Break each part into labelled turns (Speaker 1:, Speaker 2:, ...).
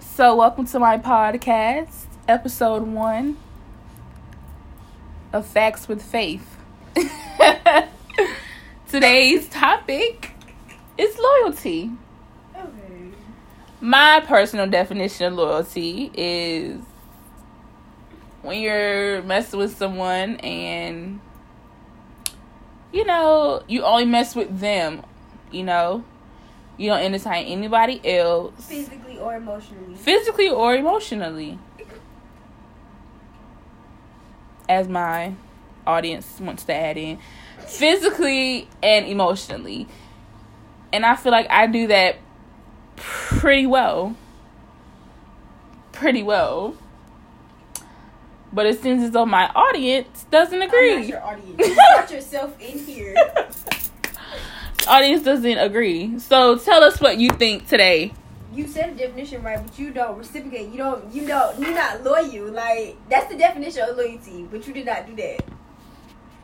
Speaker 1: So, welcome to my podcast, episode one of Facts with Faith. Today's topic is loyalty.
Speaker 2: Okay.
Speaker 1: My personal definition of loyalty is when you're messing with someone and you know, you only mess with them, you know. You don't entertain anybody else.
Speaker 2: Physically or emotionally.
Speaker 1: physically or emotionally. As my audience wants to add in, physically and emotionally. And I feel like I do that pretty well. Pretty well. But it seems as though my audience doesn't
Speaker 2: I'm
Speaker 1: agree.
Speaker 2: not your audience. You brought yourself in here.
Speaker 1: audience doesn't agree. So tell us what you think today.
Speaker 2: You said the definition right, but you don't reciprocate. You don't. You don't. You're not loyal. Like that's the definition of loyalty, but you did not do that.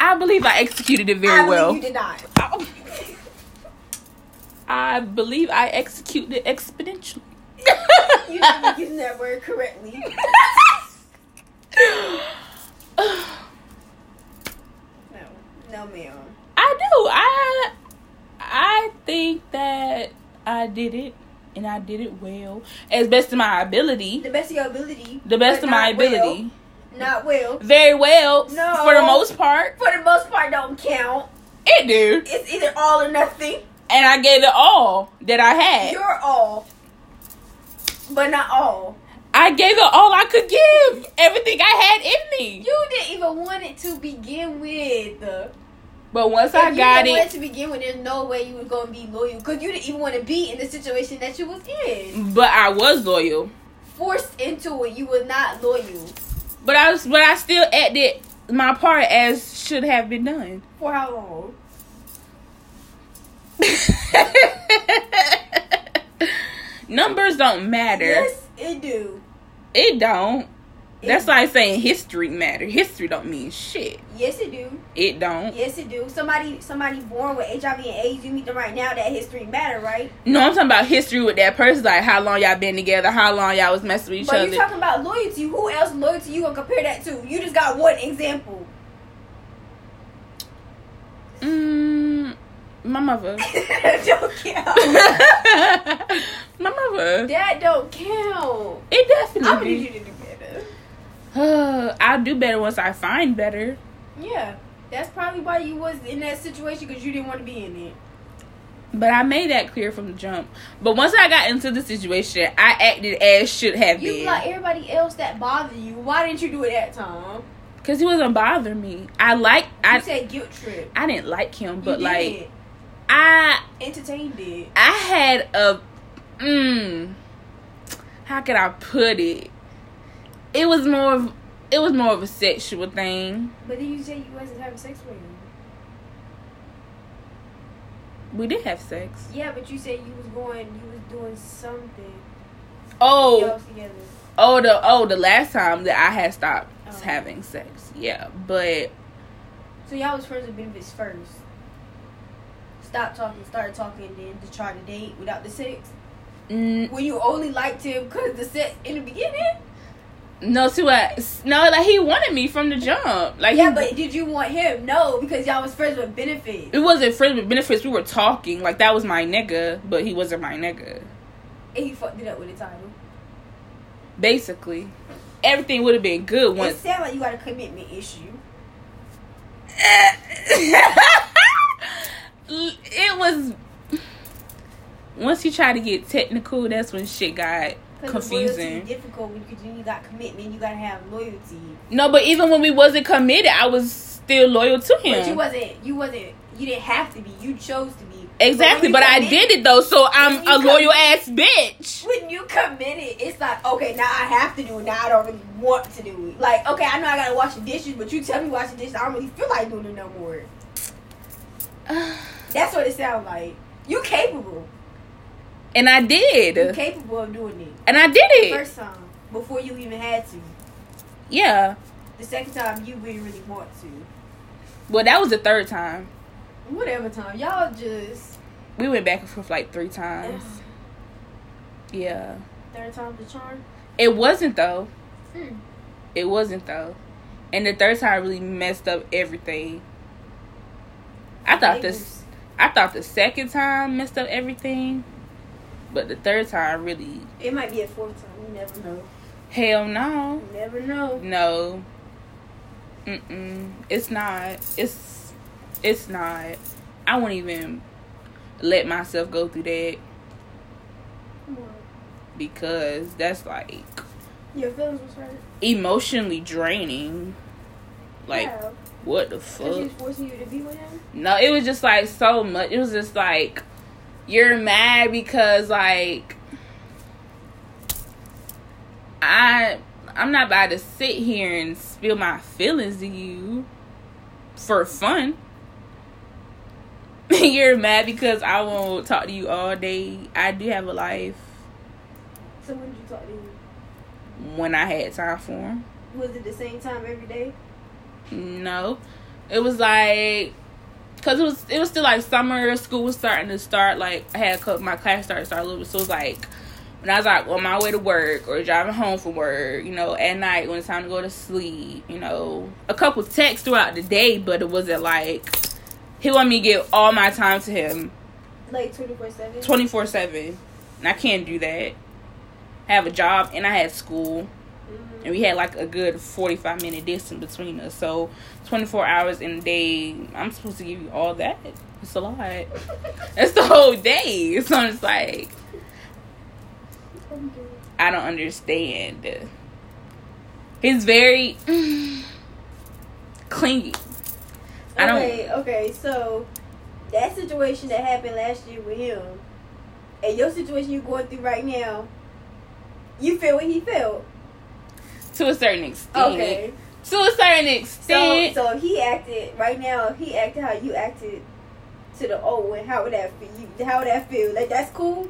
Speaker 1: I believe I executed it very
Speaker 2: I
Speaker 1: well.
Speaker 2: Believe you did Oh. not.
Speaker 1: I believe I executed exponentially.
Speaker 2: You didn't be using that word correctly. No. No, ma'am.
Speaker 1: I do. I I think that I did it and I did it well as best of my ability.
Speaker 2: The best of your ability.
Speaker 1: The best
Speaker 2: but
Speaker 1: of my
Speaker 2: not well.
Speaker 1: ability.
Speaker 2: Not well.
Speaker 1: Very well
Speaker 2: No.
Speaker 1: for the most part.
Speaker 2: For the most part, don't count.
Speaker 1: It did.
Speaker 2: It's either all or nothing.
Speaker 1: And I gave it all that I had.
Speaker 2: You're all, but not all.
Speaker 1: I gave it all I could give. Everything I had in me.
Speaker 2: You didn't even want it to begin with. If
Speaker 1: But once I
Speaker 2: you
Speaker 1: got
Speaker 2: didn't
Speaker 1: it,
Speaker 2: want it to begin with, there's no way you was gonna be loyal because you didn't even want to be in the situation that you was in.
Speaker 1: but I was loyal.
Speaker 2: Forced into it, you were not loyal.
Speaker 1: But I was, but I still acted my part as should have been done.
Speaker 2: For how long?
Speaker 1: Numbers don't matter.
Speaker 2: Yes, it do.
Speaker 1: It don't.
Speaker 2: It-
Speaker 1: That's like saying history matter. History don't mean shit.
Speaker 2: Yes, it do.
Speaker 1: It don't.
Speaker 2: Yes, it do. Somebody, somebody born with HIV and AIDS, you meet them right now. That history matter, right?
Speaker 1: No, I'm talking about history with that person. Like how long y'all been together? How long y'all was messing with each
Speaker 2: but
Speaker 1: other?
Speaker 2: you talking about loyalty. Who else loyalty you gonna compare that to? You just got one example.
Speaker 1: mm, my mother.
Speaker 2: don't count.
Speaker 1: my mother.
Speaker 2: that don't count.
Speaker 1: It
Speaker 2: I'm gonna
Speaker 1: definitely.
Speaker 2: need you to do better.
Speaker 1: I'll do better once I find better.
Speaker 2: Yeah, that's probably why you was in that situation because you didn't want to be in it.
Speaker 1: But I made that clear from the jump. But once I got into the situation, I acted as should have
Speaker 2: You
Speaker 1: been.
Speaker 2: like everybody else that bothered you. Why didn't you do it that time?
Speaker 1: Cause he wasn't bothering me. I like I
Speaker 2: you said guilt trip.
Speaker 1: I didn't like him,
Speaker 2: You
Speaker 1: but
Speaker 2: did.
Speaker 1: like I
Speaker 2: entertained it.
Speaker 1: I had a mm, how can I put it? It was more of it was more of a sexual thing.
Speaker 2: But then you said you wasn't having sex with him.
Speaker 1: We did have sex.
Speaker 2: Yeah, but you said you was going, you was doing something
Speaker 1: Oh,
Speaker 2: else together.
Speaker 1: oh the oh the last time that I had stopped
Speaker 2: Oh.
Speaker 1: having sex. Yeah, but
Speaker 2: So y'all was friends with benefits first. Stop talking, start talking, then to try to date without the sex.
Speaker 1: mm,
Speaker 2: When you only liked him because the sex in the beginning.
Speaker 1: No, see what? No, like he wanted me from the jump. Like
Speaker 2: Yeah,
Speaker 1: he,
Speaker 2: but did you want him? No, because y'all was friends with benefits.
Speaker 1: it wasn't friends with benefits. We were talking. Like that was my nigga, but he wasn't my nigga.
Speaker 2: And he fucked it up with the title.
Speaker 1: Basically, everything would have been good
Speaker 2: It
Speaker 1: once.
Speaker 2: sounds like you got a commitment issue.
Speaker 1: it was once you try to get technical. That's when shit got
Speaker 2: Because loyalty
Speaker 1: confusing.
Speaker 2: is difficult when you, you got commitment. You gotta have loyalty.
Speaker 1: No, but even when we wasn't committed, I was still loyal to him.
Speaker 2: But you wasn't. You wasn't. You didn't have to be. You chose to be.
Speaker 1: exactly,
Speaker 2: when
Speaker 1: but
Speaker 2: we
Speaker 1: I
Speaker 2: commit-
Speaker 1: did it though, so I'm
Speaker 2: When we
Speaker 1: a loyal
Speaker 2: commit-
Speaker 1: ass bitch.
Speaker 2: When you committed, it's like okay, now I have to do it. Now I don't really want to do it. Like okay, I know I gotta wash the dishes, but you tell me to wash the dishes, I don't really feel like doing it no more. That's what it sounds like. You capable.
Speaker 1: And I did.
Speaker 2: You capable of doing it.
Speaker 1: And I did
Speaker 2: The
Speaker 1: it.
Speaker 2: first time before you even had to.
Speaker 1: Yeah.
Speaker 2: The second time you didn't really want to.
Speaker 1: Well, that was the third time.
Speaker 2: Whatever time. Y'all just
Speaker 1: We went back and forth like three times.
Speaker 2: ugh,
Speaker 1: Yeah.
Speaker 2: third time's the charm.
Speaker 1: It wasn't though.
Speaker 2: Hmm.
Speaker 1: It wasn't though. And the third time really messed up everything. I thought this. I thought the second time messed up everything, but the third time really.
Speaker 2: It might be a fourth time. You never know.
Speaker 1: Hell no.
Speaker 2: You never
Speaker 1: Mm.
Speaker 2: know.
Speaker 1: No. Mm-mm. It's not. It's. It's not. I won't even let myself go through that
Speaker 2: Come on.
Speaker 1: because that's like
Speaker 2: Your feelings was hurt.
Speaker 1: emotionally draining. Like
Speaker 2: yeah,
Speaker 1: what the
Speaker 2: 'cause
Speaker 1: fuck?
Speaker 2: she's forcing you to be with him.
Speaker 1: No, it was just like so much. It was just like you're mad because like I I'm not about to sit here and spill my feelings to you for fun. you're mad because I won't talk to you all day. I do have a life
Speaker 2: So when did you talk to him?
Speaker 1: when I had time for him.
Speaker 2: Was it the same time every day?
Speaker 1: No, it was like because it was it was still like summer. School was starting to start. Like I had a couple, my class started start a little bit. So it was like when I was like on my way to work or driving home from work. You know, at night when it's time to go to sleep. You know, a couple texts throughout the day, but it wasn't like he wanted me to give all my time to him
Speaker 2: Like twenty four seven.
Speaker 1: twenty four seven. And I can't do that. I have a job and I had school
Speaker 2: Mm-hmm.
Speaker 1: and we had like a good 45 minute distance between us so 24 hours in a day i'm supposed to give you all that it's a lot it's the whole day so it's like i don't understand he's very clingy I don't-
Speaker 2: Okay, okay, so that situation that happened last year with him, and your situation you're going through right now, you feel what he felt.
Speaker 1: to a certain extent
Speaker 2: Okay.
Speaker 1: to a certain
Speaker 2: So,
Speaker 1: extent
Speaker 2: so if he acted right now. If he acted how you acted to the old one, how would that feel? You, how would that feel? Like that's cool.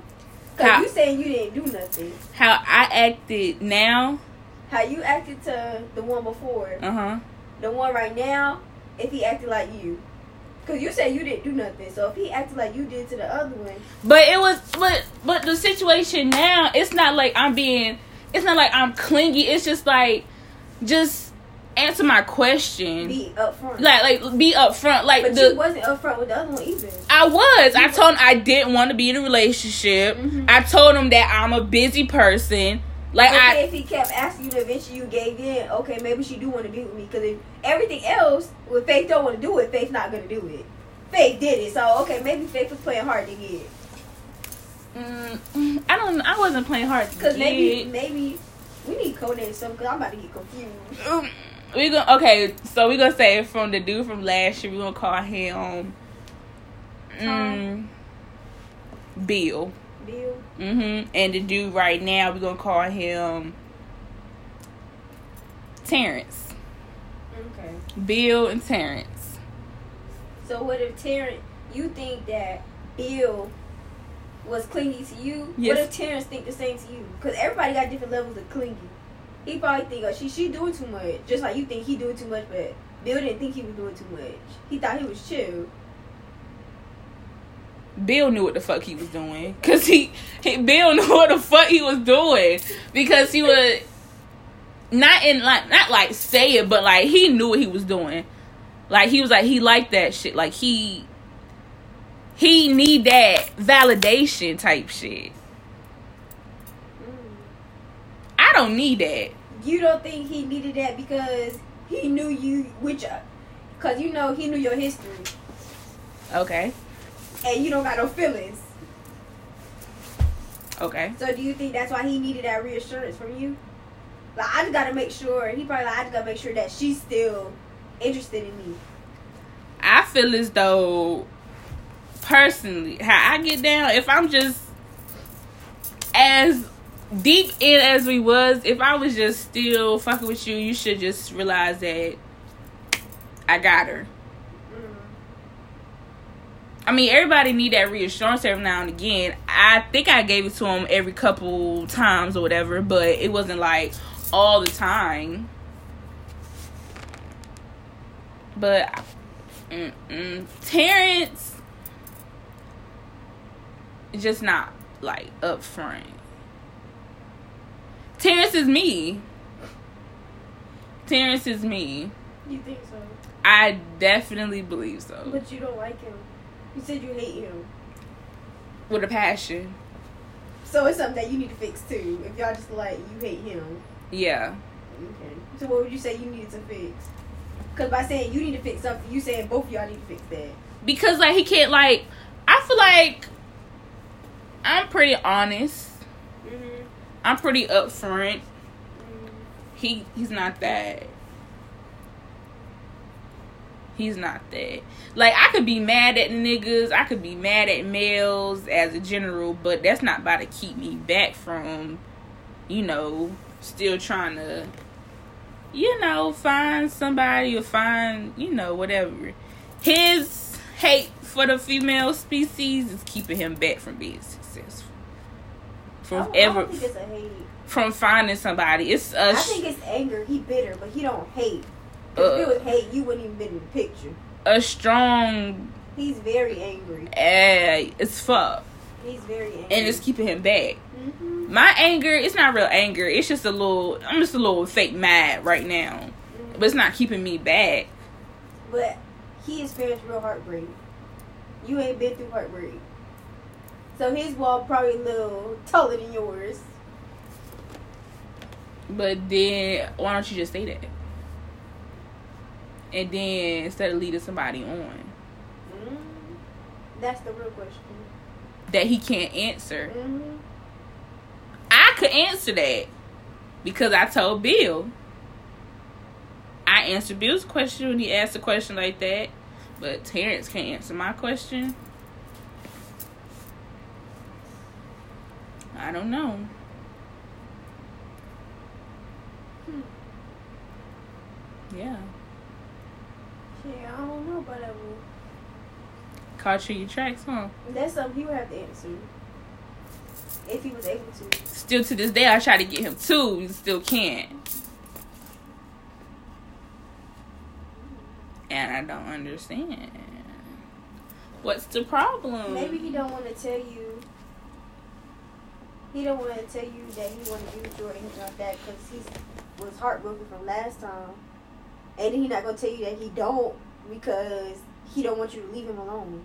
Speaker 2: Cause
Speaker 1: How-
Speaker 2: you saying you didn't do nothing.
Speaker 1: how i acted now
Speaker 2: How you acted to the one before,
Speaker 1: uh-huh
Speaker 2: the one right now. If he acted like you, cause you said you didn't do nothing. So if he acted like you did to the other one,
Speaker 1: But it was but but the situation now, it's not like I'm being it's not like I'm clingy. It's just like just answer my question.
Speaker 2: be upfront.
Speaker 1: Mm-hmm. like like be upfront. Like
Speaker 2: But
Speaker 1: the
Speaker 2: you wasn't upfront with the other one either.
Speaker 1: I was. I told him I didn't want to be in a relationship.
Speaker 2: Mhm.
Speaker 1: I told him that I'm a busy person. Like
Speaker 2: okay,
Speaker 1: I
Speaker 2: if he kept asking you, then eventually you gave in. Okay, maybe she do want to be with me because if everything else, when Faith don't want to do it, Faith's not gonna do it. Faith did it, so okay, maybe Faith was playing hard to get.
Speaker 1: mm, I don't I wasn't playing hard. to
Speaker 2: Cause maybe,
Speaker 1: get.
Speaker 2: maybe we need codenames something. Cause I'm about to get confused.
Speaker 1: Um, we gonna okay, so we gonna say from the dude from last year, we gonna call him um, mm,
Speaker 2: Tom.
Speaker 1: Bill.
Speaker 2: Bill,
Speaker 1: hmm And the dude right now, we're gonna call him Terrence.
Speaker 2: okay.
Speaker 1: Bill and Terrence.
Speaker 2: So what if Terrence? You think that Bill was clingy to you? What
Speaker 1: Yes.
Speaker 2: if Terrence think the same to you? Cause everybody got different levels of clingy. He probably think, oh, she she doing too much, just like you think he doing too much, but Bill didn't think he was doing too much. He thought he was chill.
Speaker 1: Bill knew what the fuck he was doing, cause he, he Bill knew what the fuck he was doing, because he would not in like not like say it, but like he knew what he was doing. Like he was like he liked that shit. Like he he need that validation type shit. I don't need that.
Speaker 2: You don't think he needed that because he knew you, which, uh, cause you know he knew your history,
Speaker 1: Okay.
Speaker 2: and you don't got no feelings.
Speaker 1: Okay.
Speaker 2: So do you think that's why he needed that reassurance from you? Like I just gotta make sure he probably like I just gotta make sure that she's still interested in me.
Speaker 1: I feel as though personally how I get down if I'm just as deep in as we was, if I was just still fucking with you, you should just realize that I got her.
Speaker 2: Mm-hmm.
Speaker 1: I mean, everybody need that reassurance every now and again. I think I gave it to him every couple times or whatever, but it wasn't like all the time. But mm-mm, Terrence just not like upfront. Terrence is me. Terrence is me.
Speaker 2: You think so?
Speaker 1: I definitely believe so.
Speaker 2: But you don't like him. You said you hate him.
Speaker 1: With a passion.
Speaker 2: So it's something that you need to fix too. If y'all just like you hate him.
Speaker 1: Yeah.
Speaker 2: Okay. So what would you say you needed to fix? Because by saying you need to fix something, you saying both of y'all need to fix that.
Speaker 1: Because like he can't like I feel like I'm pretty honest.
Speaker 2: Mm-hmm.
Speaker 1: I'm pretty upfront. He he's not that. He's not that. Like I could be mad at niggas, I could be mad at males as a general, but that's not about to keep me back from, you know, still trying to, you know, find somebody or find you know whatever. His hate for the female species is keeping him back from being successful.
Speaker 2: I,
Speaker 1: From
Speaker 2: don't- I
Speaker 1: ever
Speaker 2: don't think it's a hate.
Speaker 1: from finding somebody. It's a
Speaker 2: I
Speaker 1: sh-
Speaker 2: think it's anger. He bitter, but he don't hate.
Speaker 1: uh,
Speaker 2: 'Cause if it was hate, you wouldn't even be in the picture.
Speaker 1: a strong
Speaker 2: He's very angry.
Speaker 1: eh, it's fuck,
Speaker 2: He's very angry.
Speaker 1: and it's keeping him back.
Speaker 2: hmm
Speaker 1: My anger, it's not real anger. It's just a little. I'm just a little fake mad right now, but it's not keeping me back.
Speaker 2: But he experienced real heartbreak. You ain't been through heartbreak. So his wall probably a little taller than yours.
Speaker 1: But then, why don't you just say that? And then instead of leading somebody on Mm-hmm.
Speaker 2: Mm. That's the real question.
Speaker 1: that he can't answer,
Speaker 2: Mm-hmm.
Speaker 1: I could answer that because I told Bill. I answered Bill's question when he asked a question like that, but Terrence can't answer my question. I don't know.
Speaker 2: Hmm.
Speaker 1: Yeah,
Speaker 2: Shit, I don't know about that one.
Speaker 1: caught you in your tracks, huh?
Speaker 2: That's something he would have to answer. If he was able to.
Speaker 1: Still to this day, I try to get him too. He still can't, and I don't understand. What's the problem?
Speaker 2: Maybe he don't want to tell you. He don't want to tell you that he want to be with you or anything like that because he was heartbroken from last time, and he not gonna tell you that he don't because he don't want you to leave him alone.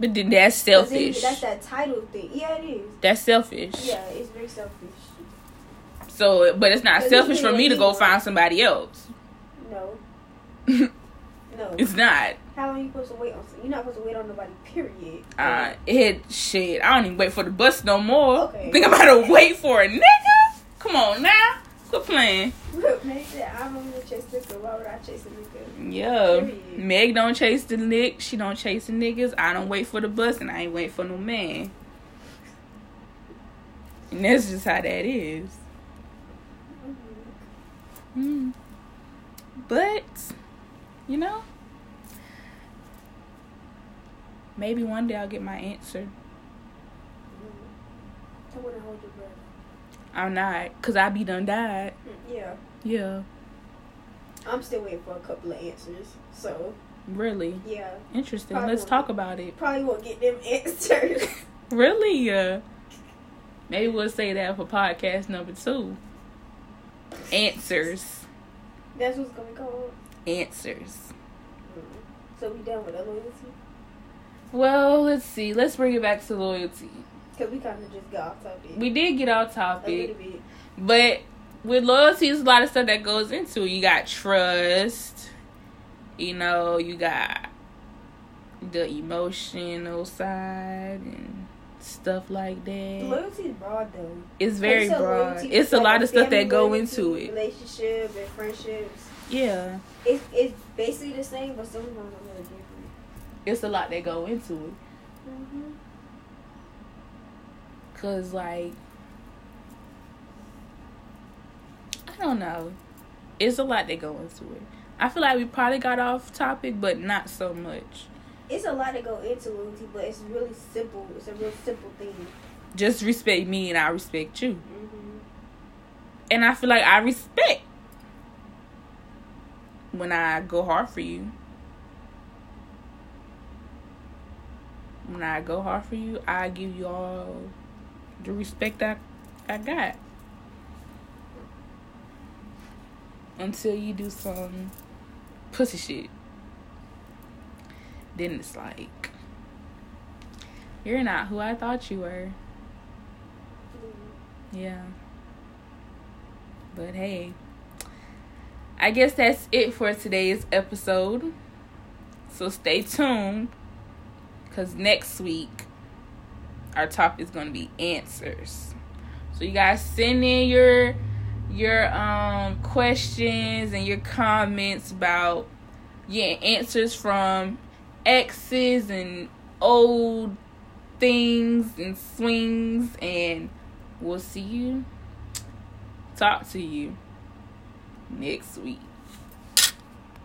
Speaker 1: But then that's
Speaker 2: 'Cause then
Speaker 1: selfish.
Speaker 2: he- that's that title thing. Yeah, it is.
Speaker 1: That's selfish.
Speaker 2: Yeah, it's very selfish.
Speaker 1: So, but it's not
Speaker 2: But
Speaker 1: selfish
Speaker 2: he
Speaker 1: for me to
Speaker 2: didn't
Speaker 1: go
Speaker 2: want-
Speaker 1: find somebody else.
Speaker 2: No, no.
Speaker 1: it's not.
Speaker 2: How long you supposed to wait on? You're not supposed to wait on nobody. Period.
Speaker 1: Uh, it shit. I don't even wait for the bus no more.
Speaker 2: Okay.
Speaker 1: Think I'm about to wait for a nigga? Come on now, quit playing.
Speaker 2: Look, man, he said, I'm only chase liquor. Why would I chase a nigga?
Speaker 1: Yeah.
Speaker 2: Period.
Speaker 1: Meg don't chase the nick. She don't chase the niggas. I don't wait for the bus, and I ain't wait for no man. And that's just how that is. Mm.
Speaker 2: Mhm.
Speaker 1: But, you know, maybe one day I'll get my answer.
Speaker 2: I wouldn't hold your breath.
Speaker 1: I'm not, because I be done died.
Speaker 2: Yeah,
Speaker 1: Yeah,
Speaker 2: Hmm. I'm still waiting for a couple of answers. So
Speaker 1: really.
Speaker 2: yeah,
Speaker 1: Interesting. Let's talk about it.
Speaker 2: probably won't get them answers.
Speaker 1: Really? Uh, maybe we'll say that for podcast number two. Answers.
Speaker 2: That's what's gonna go on.
Speaker 1: Answers.
Speaker 2: Hmm. So we done with the loyalty
Speaker 1: Well, let's see. Let's bring it back to loyalty.
Speaker 2: because we kind of just got off topic.
Speaker 1: We did get off
Speaker 2: a
Speaker 1: topic.
Speaker 2: little bit.
Speaker 1: But with loyalty, there's a lot of stuff that goes into it. You got trust, you know, you got the emotional side and stuff like that.
Speaker 2: Loyalty is broad though.
Speaker 1: It's very
Speaker 2: Like, so
Speaker 1: broad.
Speaker 2: loyalty is
Speaker 1: It's a
Speaker 2: like
Speaker 1: lot of stuff
Speaker 2: family
Speaker 1: that go
Speaker 2: loyalty,
Speaker 1: into it.
Speaker 2: Relationship and friendships.
Speaker 1: Yeah,
Speaker 2: It's it's basically the same, but sometimes a little different.
Speaker 1: it's a lot that go into it.
Speaker 2: Mm-hmm.
Speaker 1: Cause like I don't know. It's a lot that go into it. I feel like we probably got off topic, but not so much.
Speaker 2: It's a lot to go into loyalty, but it's really simple. It's a real simple thing.
Speaker 1: Just respect me, and I respect you.
Speaker 2: Mm-hmm.
Speaker 1: and I feel like I respect when I go hard for you. When I go hard for you, I give you all the respect I, I got. until you do some pussy shit. Then it's like, you're not who I thought you were.
Speaker 2: Mm-hmm.
Speaker 1: Yeah. But hey, I guess that's it for today's episode. So stay tuned because next week our topic is going to be answers. So you guys send in your your um questions and your comments about yeah answers from exes and old things and swings and we'll see you talk to you next week